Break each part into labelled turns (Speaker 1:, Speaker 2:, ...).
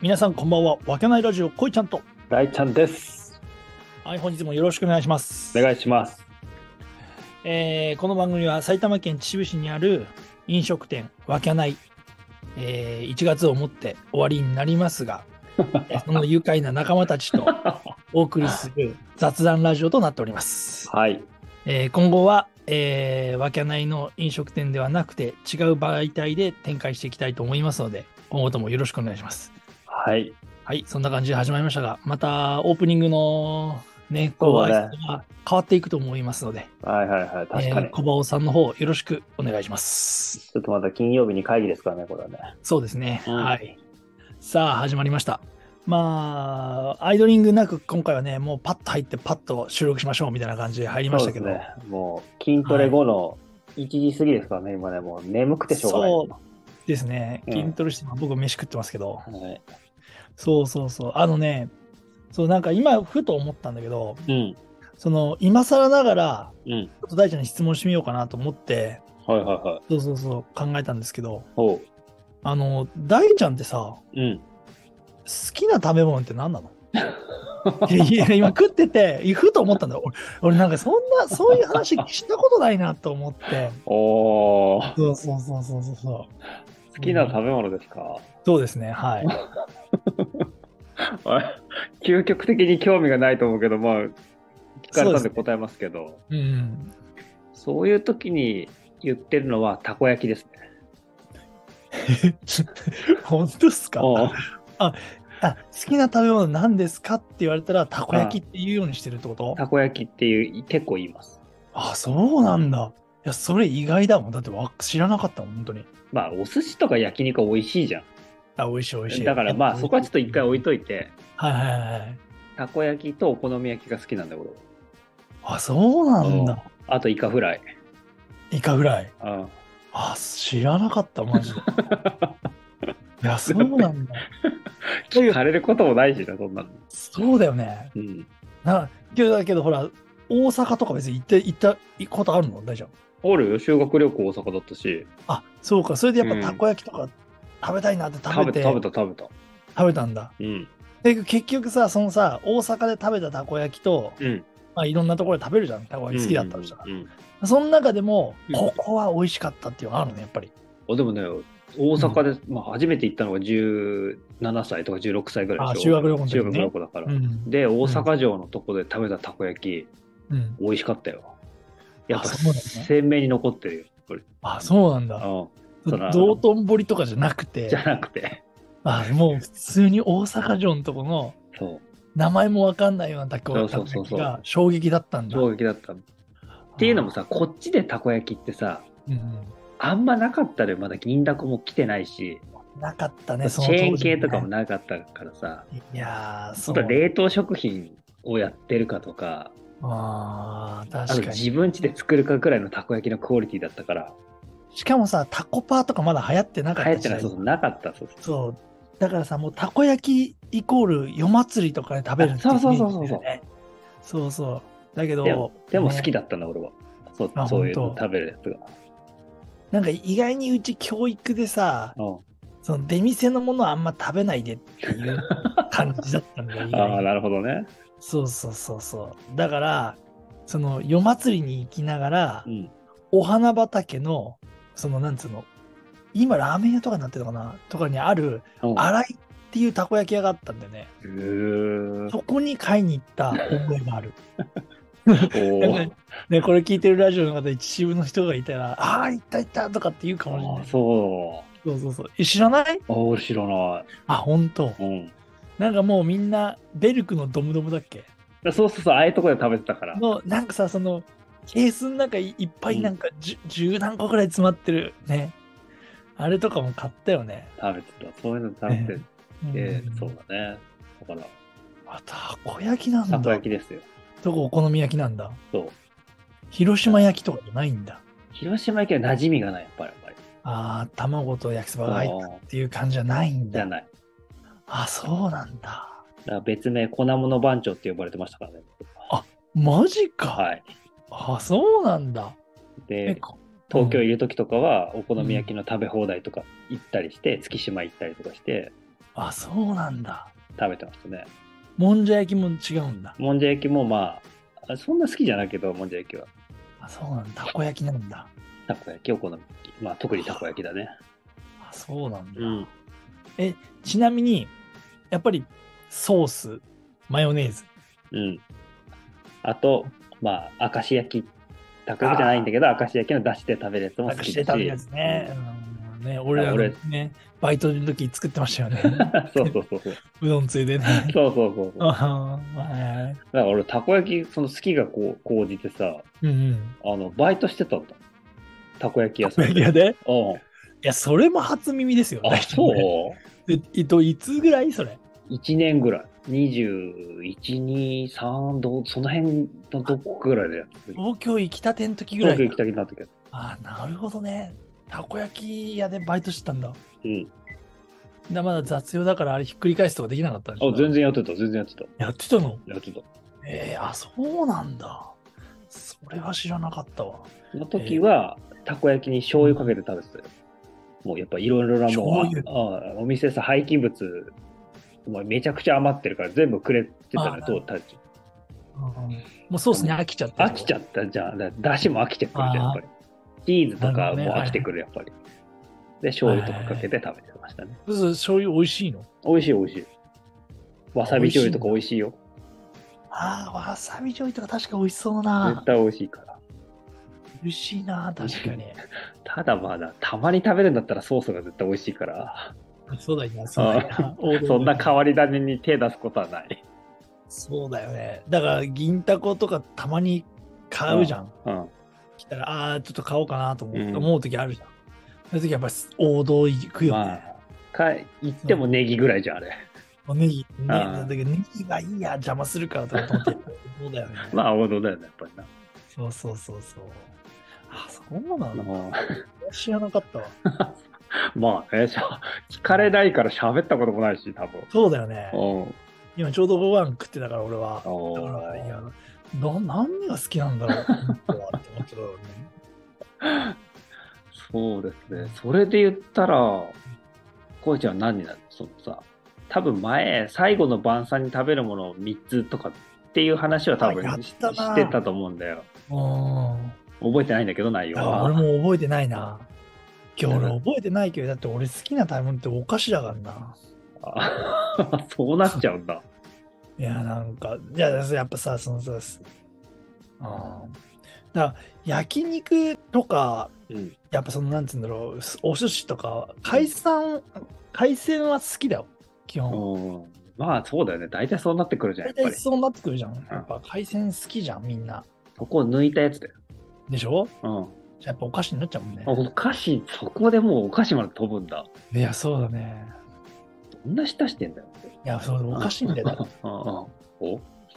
Speaker 1: 皆さんこんばんは。わけないラジオ、こいちゃんと。
Speaker 2: 大ちゃんです。
Speaker 1: はい、本日もよろしくお願いします。
Speaker 2: お願いします。
Speaker 1: えーこの番組は埼玉県秩父市にある飲食店、わけない。えー1月をもって終わりになります が、えーその愉快な仲間たちとお送りす る雑談ラジオとなっております。
Speaker 2: はい。
Speaker 1: えー今後は、えー、わけないの飲食店ではなくて違う媒体で展開していきたいと思いますので今後ともよろしくお願いします
Speaker 2: はい。
Speaker 1: はいそんな感じで始まりましたがまたオープニングのね
Speaker 2: そ
Speaker 1: ご
Speaker 2: う
Speaker 1: 挨
Speaker 2: だね
Speaker 1: 拶が変わっていくと思いますので、
Speaker 2: はいはいはい。確
Speaker 1: え
Speaker 2: かに。
Speaker 1: ー小馬尾さんの方よろしくお願いします
Speaker 2: ちょっとまた金曜日に会議ですからね、これはね。
Speaker 1: そうですね、
Speaker 2: うん
Speaker 1: はいさあ始まりましたまあアイドリングなく今回はねもうパッと入ってパッと収録しましょうみたいな感じで入りましたけど、
Speaker 2: そうですね。もう筋トレ後の1時過ぎですからね、今ね、もう眠くてしょうがない。
Speaker 1: そうですね
Speaker 2: うん
Speaker 1: 筋トレして、まあ僕飯食ってますけど、
Speaker 2: はい、
Speaker 1: そうそうそう。あのね、そうなんか今ふと思ったんだけど、
Speaker 2: うん。
Speaker 1: その今更ながら、
Speaker 2: うん。
Speaker 1: ちょっと大ちゃんに質問してみようかなと思って、
Speaker 2: はいはいはい。
Speaker 1: そうそうそう考えたんですけど、
Speaker 2: ほう。
Speaker 1: あの、大ちゃんってさ、
Speaker 2: うん。
Speaker 1: 好きな食べ物って何なのいやいや今食ってて、ふと思ったんだよ。俺、俺なんかそんな、そういう話したことないなと思って。
Speaker 2: おー。
Speaker 1: そうそうそうそうそうそう。
Speaker 2: 好きな食べ物ですか、
Speaker 1: そうですね、はい。
Speaker 2: あれ究極的に興味がないと思うけど、まあ、聞かれたん
Speaker 1: そうです
Speaker 2: で
Speaker 1: ね
Speaker 2: 答えますけど、
Speaker 1: うん。
Speaker 2: そういう時に言ってるのはたこ焼きですね。
Speaker 1: 本当っすか
Speaker 2: おー
Speaker 1: あ好きな食べ物何ですかって言われたらたこ焼きって言うようにしてるってこと
Speaker 2: たこ焼きっていう、結構言います。
Speaker 1: あそうなんだいやそれ意外だもんだってわ知らなかったもん本当に
Speaker 2: まあ、お寿司とか焼肉は美味しいじゃん。
Speaker 1: あ美味しい美味しい
Speaker 2: だからまあそこはちょっと一回置い
Speaker 1: と
Speaker 2: といて、
Speaker 1: はいはいはい
Speaker 2: たこ焼きとお好み焼きが好きなんだけど、
Speaker 1: あそうなん
Speaker 2: うん
Speaker 1: だ
Speaker 2: あとイカフライ。
Speaker 1: イカぐらい
Speaker 2: うん、
Speaker 1: あ知らなかったマ ジでいやそうなんだ
Speaker 2: 聞かれることもないしな、そんなの。
Speaker 1: そうだよね
Speaker 2: うん。
Speaker 1: なけどだけどほら大阪とか別に行って行ったことあるの大丈夫
Speaker 2: あるよ、修学旅行大阪だったし、
Speaker 1: あそうかそれでやっ
Speaker 2: うん
Speaker 1: ぱたこ焼きとか食べたいなって食
Speaker 2: 食
Speaker 1: べ
Speaker 2: べ
Speaker 1: て、
Speaker 2: た、食べた、食べた。
Speaker 1: 食べたんだ
Speaker 2: うん。
Speaker 1: で結局さそのさ大阪で食べたたこ焼きと、
Speaker 2: うん。
Speaker 1: まあ、いろんなところで食べるじゃんたこ焼き好きだったとしたら、
Speaker 2: うんうんうん
Speaker 1: その中でも、
Speaker 2: うん
Speaker 1: ここは美味しかったっていうのがあるねやっぱり
Speaker 2: あでもね、大阪で、まあ、初めて行ったのが17歳とか16歳ぐらいでしょ。
Speaker 1: あ修学旅行の時ね
Speaker 2: 修学旅行だから。
Speaker 1: うん
Speaker 2: で、大阪城のとこで食べたたこ焼き、
Speaker 1: うん
Speaker 2: 美味しかったよ。やっぱ
Speaker 1: あそうなんだね
Speaker 2: 鮮明に残ってるよ、これ。
Speaker 1: あそうなんだ
Speaker 2: うんそうだな
Speaker 1: 道頓堀とかじゃなくて
Speaker 2: じゃなくて。
Speaker 1: あもう普通に大阪城のとこの
Speaker 2: そう。
Speaker 1: 名前もわかんないようなたこ
Speaker 2: そう
Speaker 1: た
Speaker 2: そ
Speaker 1: こ焼
Speaker 2: うそう
Speaker 1: き
Speaker 2: そう
Speaker 1: が衝撃だったんだ
Speaker 2: 衝撃だったのっていうのもさこっちでたこ焼きってさ
Speaker 1: うんうん
Speaker 2: あんまなかったのよまだ銀だこも来てないし、
Speaker 1: なかったね
Speaker 2: チ
Speaker 1: その当時
Speaker 2: ェーン
Speaker 1: ね
Speaker 2: 系とかもなかったからさ
Speaker 1: いやー
Speaker 2: ちょ
Speaker 1: そう
Speaker 2: っと冷凍食品をやってるかとか
Speaker 1: あー
Speaker 2: あと
Speaker 1: 確かに
Speaker 2: 自分家で作るかくらいのたこ焼きのクオリティだったから
Speaker 1: しかもさタコパーとかまだ流行ってなかった
Speaker 2: 流行ってない
Speaker 1: 時代
Speaker 2: そうそうなかったそうそう
Speaker 1: そう。だからさ、もうたこ焼きイコール夜祭りとかで食べるってい
Speaker 2: あそうそうそうそ
Speaker 1: イメー
Speaker 2: う
Speaker 1: ジだよねそうそう。だけど、
Speaker 2: でもでも好き
Speaker 1: ね
Speaker 2: だったな、俺はそう
Speaker 1: あ
Speaker 2: そういう
Speaker 1: ほん
Speaker 2: の
Speaker 1: と
Speaker 2: 食べるやつが、
Speaker 1: なんか意外にうち教育でさ、
Speaker 2: うん
Speaker 1: その出店のものはあんま食べないでっていう感じだったん だよ。意
Speaker 2: ああ
Speaker 1: 外に
Speaker 2: なるほどね
Speaker 1: そうそうそうそう。だから、その夜祭りに行きながら、
Speaker 2: うん
Speaker 1: お花畑の、そのなんつうの、今ラーメン屋とかになってるのかなとかにある、
Speaker 2: うん
Speaker 1: 新井っていうたこ焼き屋があったんだよね。
Speaker 2: うー ん
Speaker 1: そこに買いに行った覚えがある。
Speaker 2: おー
Speaker 1: ね、これ聞いてるラジオの方で秩父の人がいたら、ああ、行った行ったとかって言うかもしれ
Speaker 2: あ
Speaker 1: な
Speaker 2: ー
Speaker 1: い。
Speaker 2: そ
Speaker 1: そうそうそう。え知らないう
Speaker 2: あー俺知らな
Speaker 1: あ、本当。
Speaker 2: い、うん、
Speaker 1: なんかもうみんな、ベルクのドムドムだっけ
Speaker 2: でそうそうそう、ああいうとこで食べてたから。
Speaker 1: の、なんかさ、その、ケースの中いいっぱいなんか十、十何個くらい詰まってるね。あれとかも買ったよね。
Speaker 2: 食べてた。そういうの食べてて、
Speaker 1: うん
Speaker 2: そうだね。だから、
Speaker 1: あ、たこ焼きなんだ。
Speaker 2: たこ焼きですよ。
Speaker 1: どこお好み焼きなんだ。
Speaker 2: そう。
Speaker 1: 広島焼きとかじゃないんだ。
Speaker 2: 広島焼きは馴染みがない、やっぱり。やっぱり
Speaker 1: ああ、卵と焼きそばが入っ
Speaker 2: あー
Speaker 1: っていう感じじゃないん
Speaker 2: じゃ
Speaker 1: だ。
Speaker 2: ない。
Speaker 1: あ、そうなんだ。
Speaker 2: だから別名、粉物番長って呼ばれてましたからね。
Speaker 1: マジか。
Speaker 2: はい。
Speaker 1: あ、そうなんだ。え
Speaker 2: で、
Speaker 1: こ
Speaker 2: 東京いる時とかは、お好み焼きの食べ放題とか行ったりして、月島行ったりとかして、
Speaker 1: あ、そうなんだ。
Speaker 2: 食べてますね。
Speaker 1: もんじゃ焼きも違うんだ。
Speaker 2: もんじゃ焼きもまあ、あそんな好きじゃないけど、もんじゃ焼きは。
Speaker 1: あ、そうなんだ。たこ焼きなんだ。
Speaker 2: たこ焼き、お好み焼き。まあ、特にたこ焼きだね。
Speaker 1: あ、そうなんだ。
Speaker 2: うん。
Speaker 1: ちなみに、やっぱりソース、マヨネーズ。
Speaker 2: うん。あと、まあ、明石焼き。たこ焼きじゃないんだけど、明石焼きの出汁で食べるやつも
Speaker 1: な
Speaker 2: 好き
Speaker 1: く
Speaker 2: だし。
Speaker 1: して食べるやつね。うんね俺らの
Speaker 2: 俺
Speaker 1: ね、バイトの時作ってましたよね。
Speaker 2: そうそうそうそう。
Speaker 1: うどんついでね。
Speaker 2: そうそうそうそう。
Speaker 1: あはははい
Speaker 2: だから俺、たこ焼き、その好きがこう、高じてさ、
Speaker 1: うんうん。
Speaker 2: あの、バイトしてたんだ。たこ焼き屋さん
Speaker 1: い
Speaker 2: で。
Speaker 1: やで、
Speaker 2: うん。
Speaker 1: いや、それも初耳ですよ。
Speaker 2: あ、そう
Speaker 1: でえっと、いつぐらいそれ。
Speaker 2: ?1 年ぐらい。21、2、3、どうその辺のどこぐらいでやってる
Speaker 1: 東京行きたての時ぐら
Speaker 2: 東
Speaker 1: い
Speaker 2: 京
Speaker 1: か。
Speaker 2: 行きたくなったけど。
Speaker 1: あなるほどね。たこ焼き屋でバイトしてたんだ。
Speaker 2: うん。
Speaker 1: だまだ雑用だからあれひっくり返すとかできなかったんでしょ
Speaker 2: あ、全然やってた、全然やってた。
Speaker 1: やってたの
Speaker 2: やってた。
Speaker 1: えー、あ、そうなんだ。それは知らなかったわ。
Speaker 2: その時は、たこ焼きに醤油かけて食べてたよ。もうやっぱいろいろなも
Speaker 1: 醤
Speaker 2: ん、ああお店さ、廃棄物、もうめちゃくちゃ余ってるから全部くれてた
Speaker 1: あ
Speaker 2: の
Speaker 1: ー
Speaker 2: と、たち
Speaker 1: うんもうソースに飽きちゃった。
Speaker 2: 飽きちゃったじゃん。だだしも飽きてくるじゃん、やっぱり。チーズと
Speaker 1: なる
Speaker 2: か
Speaker 1: ほどね
Speaker 2: も飽きてくる、やっぱり。で、醤油とかかけて食べてましたね。
Speaker 1: そうそう醤油美味しいの
Speaker 2: 美味しい美味しい。わさび醤油とか美味しいよ。
Speaker 1: ああ、わさび醤油とか確か美味しそうな
Speaker 2: 絶。対美味しいから。
Speaker 1: 美味しいな、確かに。
Speaker 2: ただまだ、たまに食べるんだったらソースが絶対美味しいから、
Speaker 1: そうだよな、そうだよな。王道だよ
Speaker 2: そんな変わり種に手出すことはない。
Speaker 1: そうだよね。だから、銀たことかたまに買うじゃん。
Speaker 2: うん。
Speaker 1: 来たら、ああー、ちょっと買おうかなと思
Speaker 2: う
Speaker 1: うん思う時あるじゃん。そういう時やっぱり王道行くよ
Speaker 2: ま
Speaker 1: ね。
Speaker 2: あ、か言ってもネギぐらいじゃん、あれ。
Speaker 1: おネギ、ね、
Speaker 2: あ
Speaker 1: だ
Speaker 2: ー
Speaker 1: けどネギがいいや、邪魔するからとかと思って。そうだよね。
Speaker 2: まあ、王道だよね、やっぱりな。
Speaker 1: そうそうそうそう。あ、そうな
Speaker 2: う
Speaker 1: の
Speaker 2: ん
Speaker 1: 知らなかったわ。
Speaker 2: まあね、しゃ聞かれないから喋ったこともないし、多分。
Speaker 1: そうだよ ね。
Speaker 2: うん。
Speaker 1: 今ちょうどご飯食ってたから俺は。
Speaker 2: お
Speaker 1: だ
Speaker 2: ー
Speaker 1: から、いや、な何が好きなんだろう本当はって思ってたよね。
Speaker 2: そうですね。それで言ったら、こうちゃんは何になるそのさ、多分前、最後の晩餐に食べるものを3つとかっていう話は多分
Speaker 1: あやっ
Speaker 2: した
Speaker 1: な
Speaker 2: してたと思うんだよ。
Speaker 1: うん。
Speaker 2: 覚えてないんだけど、内容
Speaker 1: だから俺
Speaker 2: は。
Speaker 1: も覚えてないな。今日俺覚えてないけど、だって俺好きな食べ物ってお菓子だからな。
Speaker 2: あ そうなっちゃうんだ。
Speaker 1: いや、なんか、いや、やっぱさ、そのさ、すうん。だから、焼肉とか、
Speaker 2: うん。
Speaker 1: やっぱその、なんつうんだろう、お寿司とか、海鮮、海鮮は好きだよ、基本。
Speaker 2: うんまあ、そうだよね。大体そうなってくるじゃん、や
Speaker 1: 大体
Speaker 2: っぱり。
Speaker 1: そうなってくるじゃん。やっぱ海鮮好きじゃん、みんな。
Speaker 2: そこを抜いたやつだよ。
Speaker 1: でしょ
Speaker 2: うん。あ
Speaker 1: じゃあやっぱお菓子になっちゃうもんね。
Speaker 2: お菓子、そこでもうお菓子まで飛ぶんだ。
Speaker 1: いや、そうだね。
Speaker 2: どんな舌してんだよ。
Speaker 1: いや、そう、おかしいんだよ。だから
Speaker 2: うんうん。お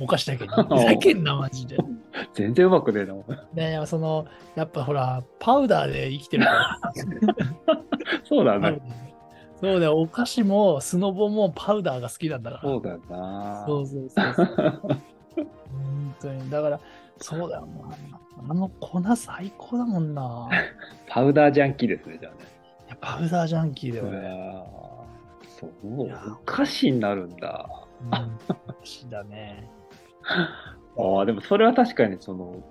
Speaker 1: お菓子だけど。ふざけんな、マジで。
Speaker 2: 全然うまくねえな。
Speaker 1: ねその、やっぱほら、パウダーで生きてるか
Speaker 2: そうだ
Speaker 1: ら。
Speaker 2: ね。
Speaker 1: そうだよ、お菓子もスノボもパウダーが好きなんだから。
Speaker 2: そうだよな。
Speaker 1: そうそうそうそう。本当に。だから、そうだよな。あの粉最高だもんな。
Speaker 2: パウダージャンキーですね、じゃあね。
Speaker 1: いやパウダージャンキーだよね。
Speaker 2: そう、
Speaker 1: いや
Speaker 2: お菓子になるんだ。
Speaker 1: うん、私だね。
Speaker 2: ああ、でもそれは確かにその、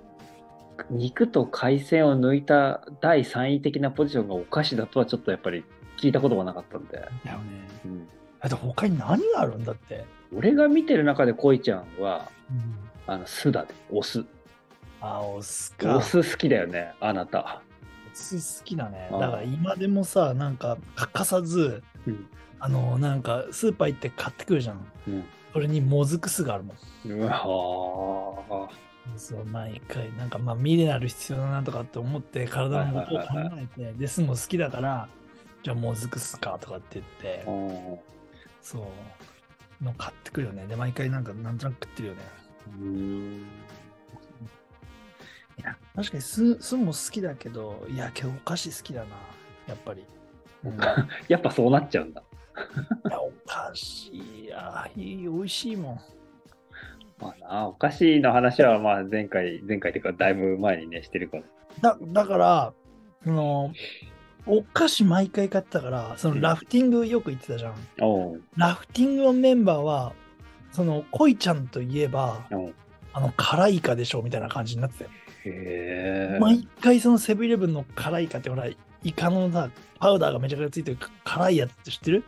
Speaker 2: 肉と海鮮を抜いた第3位的なポジションがお菓子だとはちょっとやっぱり聞いたことがなかったんで。
Speaker 1: だよね。
Speaker 2: うん、
Speaker 1: だって他に何があるんだって。
Speaker 2: 俺が見てる中で恋ちゃんは、
Speaker 1: うん、
Speaker 2: あの、酢だね。お酢。
Speaker 1: あ、お酢か。
Speaker 2: お酢好きだよね、あなた。
Speaker 1: お酢好きだね。
Speaker 2: あ
Speaker 1: だから今でもさ、なんか欠かさず、
Speaker 2: うん
Speaker 1: あの、なんかスーパー行って買ってくるじゃん。
Speaker 2: うん。
Speaker 1: それにもずく酢があるもん。
Speaker 2: うわ
Speaker 1: そう、毎回、なんかまあミネラル必要だなとかって思って、体のことを考
Speaker 2: はいはいは
Speaker 1: えて、で、酢も好きだから、じゃあもずく酢かとかって言って
Speaker 2: ー、うん
Speaker 1: そう、の買ってくるよね。で、毎回なんかなんとなく食ってるよね。
Speaker 2: うん。
Speaker 1: 確かに酢酢も好きだけど、いや、けどお菓子好きだな、やっぱり。 うん、い
Speaker 2: やっぱそうなっちゃうんだ。
Speaker 1: やお菓子、いや、いい美味しいもん。
Speaker 2: まあな、お菓子の話はまあ前回、前回というかだいぶ前にね、してるから。
Speaker 1: だだから、その、お菓子毎回買ってたから、そのラフティングよく行ってたじゃん。
Speaker 2: おう
Speaker 1: ラフティングのメンバーは、その、恋ちゃんといえば、
Speaker 2: おう
Speaker 1: あの、辛いかでしょみたいな感じになってたよ。
Speaker 2: へえ。
Speaker 1: 毎回そのセブンイレブンの辛いかって、ほら、イカのさ、パウダーがめちゃくちゃついてるか辛いやつって知ってる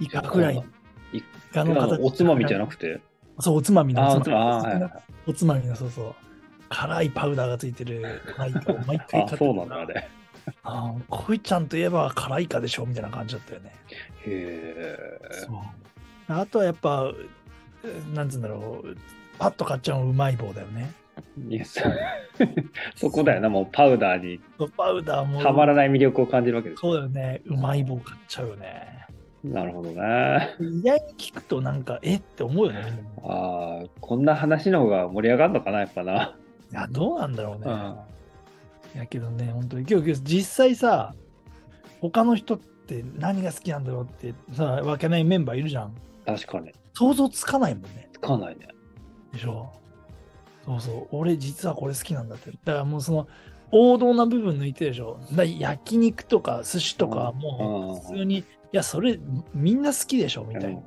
Speaker 1: イカフライの。
Speaker 2: イ
Speaker 1: カ
Speaker 2: あのおつまみじゃな
Speaker 1: て。
Speaker 2: くて
Speaker 1: そう、おつまみの
Speaker 2: あー、
Speaker 1: お
Speaker 2: おつ
Speaker 1: つ
Speaker 2: まみ。あ
Speaker 1: ま
Speaker 2: ー、はい
Speaker 1: み
Speaker 2: はい
Speaker 1: の。
Speaker 2: はい。
Speaker 1: おつまみの、そうそう。辛いパウダーがついてる辛いかを毎回買って
Speaker 2: あ、
Speaker 1: た
Speaker 2: そうなんだ、あれ。へ
Speaker 1: あー恋ちゃんといえば辛いかでしょみたいな感じだったよね。
Speaker 2: え。
Speaker 1: そうあとはやっぱ、うなんつうんだろう、パッと買っちゃうのうまい棒だよね。
Speaker 2: いやそそこだよな、もうパウダーに
Speaker 1: パウダーも。
Speaker 2: はまらない魅力を感じるわけです。
Speaker 1: そうだよね。うまい棒買っちゃうよね。
Speaker 2: なるほどね。
Speaker 1: 意外に聞くとなんか、えって思うよね。
Speaker 2: ああ、こんな話の方が盛り上がるのかな、やっぱな。
Speaker 1: いや、どうなんだろうね。
Speaker 2: うん
Speaker 1: いやけどね、本当に今日、今日実際さ、他の人って何が好きなんだろうってさ、わけないメンバーいるじゃん。
Speaker 2: 確かに。
Speaker 1: 想像つかないもんね。
Speaker 2: つかないね。
Speaker 1: でしょそうそう俺実はこれ好きなんだってだからもうその王道な部分抜いてるでしょだから焼肉とか寿司とかは
Speaker 2: うん
Speaker 1: もう普通にいやそれみんな好きでしょみたいな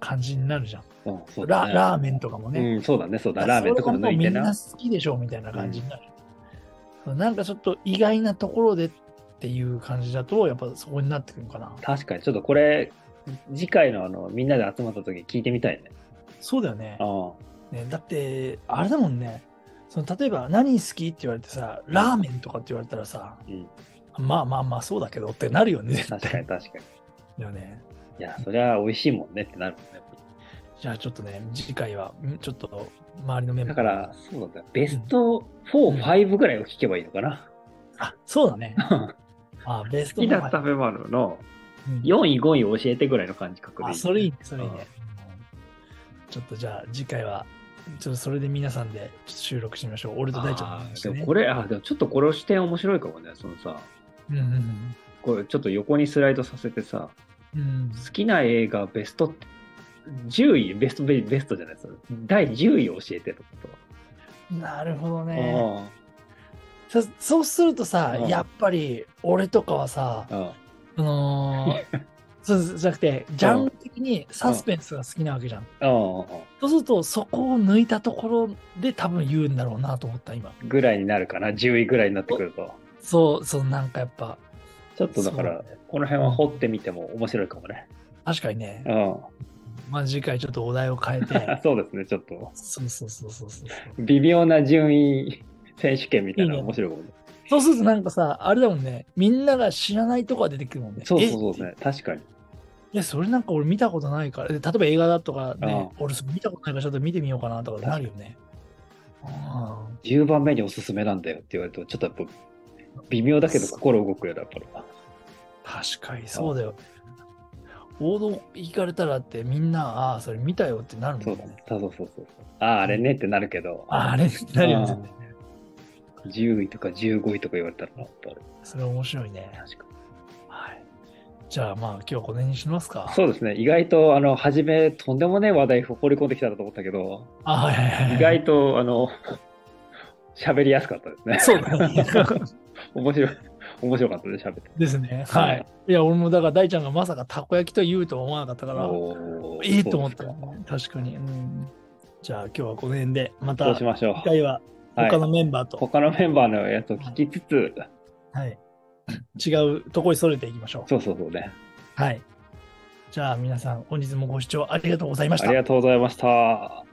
Speaker 1: 感じになるじゃん
Speaker 2: うん、そうだ
Speaker 1: ラ
Speaker 2: ね。
Speaker 1: ラーメンとかもね、
Speaker 2: うん、そうだね、そう
Speaker 1: だ
Speaker 2: だ。
Speaker 1: から
Speaker 2: ラーメンとかも抜いて
Speaker 1: それはもうみん
Speaker 2: な
Speaker 1: な。好きでしょみたいな感じになる、そうなんかちょっと意外なところでっていう感じだとやっぱそこになってくるのかな
Speaker 2: 確かに、ちょっとこれ、次回のあのみんなで集まった時聞いてみたいね。
Speaker 1: そうだよね
Speaker 2: あ
Speaker 1: ねだってあれだもんねその例えば何好きって言われてさラーメンとかって言われたらさ、まあまあまあそうだけどってなるよね 絶
Speaker 2: あ、確か
Speaker 1: 対
Speaker 2: に確か
Speaker 1: だ
Speaker 2: に。
Speaker 1: よね
Speaker 2: いや、そりゃ美味しいもんねってなるもんね。
Speaker 1: じゃあちょっとね次回はんちょっと周りのメンバ
Speaker 2: だ
Speaker 1: ー
Speaker 2: から、そうだね。ベスト4、5ぐらいを聞けばいいのかな。
Speaker 1: あそうだねあベス
Speaker 2: 好
Speaker 1: ト
Speaker 2: き
Speaker 1: ナ
Speaker 2: な
Speaker 1: ンバー
Speaker 2: 食べ物の
Speaker 1: うん
Speaker 2: 4位、5位を教えてぐらいの感じ覚でい
Speaker 1: あ
Speaker 2: い。
Speaker 1: それいいねそれいいね
Speaker 2: うん
Speaker 1: うんちょっとじゃあ次回はちょっとそれで皆さんでちょっと収録しましょう俺と大ちゃんの
Speaker 2: あ
Speaker 1: 話
Speaker 2: ーで
Speaker 1: でね
Speaker 2: もこれ、あ、でもちょっとこの視点面白いかもね。そのさ、
Speaker 1: うんうん
Speaker 2: これちょっと横にスライドさせてさ、
Speaker 1: うんうん
Speaker 2: 好きな映画ベスト10位、ベストベベストじゃないです第10位を教えてってこと。
Speaker 1: なるほど
Speaker 2: あ
Speaker 1: ねそそうするとさ、
Speaker 2: うん
Speaker 1: やっぱり俺とかはさ、
Speaker 2: ああ
Speaker 1: あのー そうそうじゃなくてジャンル的にサスペンスが好きなわけじゃん、
Speaker 2: ああ
Speaker 1: そうするとそこを抜いたところで多分言うんだろうなと思った今
Speaker 2: ぐらいになるかな、10位ぐらいになってくると。
Speaker 1: そうそうなんかやっぱ
Speaker 2: ちょっとだか
Speaker 1: そ
Speaker 2: ら
Speaker 1: う、
Speaker 2: この辺は掘ってみても面白いかもね。
Speaker 1: 確かにね、
Speaker 2: う
Speaker 1: まあ次回ちょっとお題を変えて
Speaker 2: ん、 そうですね、ちょっと。
Speaker 1: そうそうそうそうそうそう
Speaker 2: 微妙な順位選手権みたいなの面白いかもね。
Speaker 1: そうするとなんかさあれだもんねみんなが知らないとこが出てくるもんね
Speaker 2: そうそうそうです
Speaker 1: え
Speaker 2: ね、確かに。
Speaker 1: いやそれなんか俺見たことないからで例えば映画だとかね、
Speaker 2: う
Speaker 1: 俺それ見たことないからちょっと見てみようかなとかなるよねうん
Speaker 2: 10番目におすすめなんだよって言われると、ちょっとやっぱ微妙だけど心動くよね、やっぱり。
Speaker 1: 確かにそうだよ。王道行かれたらってみんな、ああー、それ見たよってなる
Speaker 2: そ
Speaker 1: も
Speaker 2: うんだね
Speaker 1: ね。。
Speaker 2: そうそうそうそう。ああ、あれねってなるけど、
Speaker 1: ああれってなるよね
Speaker 2: う。ん10位とか15位とか言われたらなってある。
Speaker 1: それ面白いね。
Speaker 2: 確か
Speaker 1: はい。じゃあまあ今日はこの辺にしますか。
Speaker 2: そうですね、意外と、あの、初め、とんでもねえ話題放り込んできたなと思ったけ ど、
Speaker 1: あはいはいはい。
Speaker 2: 意外と、あの、喋りやすかったです
Speaker 1: そ
Speaker 2: ね。
Speaker 1: うだね。
Speaker 2: 面白い、面白かったね、喋って。
Speaker 1: ですね。はい。いや、俺もだから大ちゃんがまさかたこ焼きと言うとは思わなかったから、
Speaker 2: おー
Speaker 1: ええと思った
Speaker 2: そう
Speaker 1: よ
Speaker 2: です
Speaker 1: ね。確
Speaker 2: か
Speaker 1: かに。うん。じゃあ今日はこの辺で、ま
Speaker 2: そう
Speaker 1: た
Speaker 2: し
Speaker 1: 次
Speaker 2: ましょう。
Speaker 1: 回は
Speaker 2: はい
Speaker 1: 他のメンバーと、
Speaker 2: 他のメンバーのやつを聞きつつ、
Speaker 1: はい、違うとこにそれていきましょう。
Speaker 2: そうそうそうね。
Speaker 1: はい。じゃあ皆さん、本日もご視聴ありがとうございまし
Speaker 2: あ
Speaker 1: た
Speaker 2: り。がとうございました。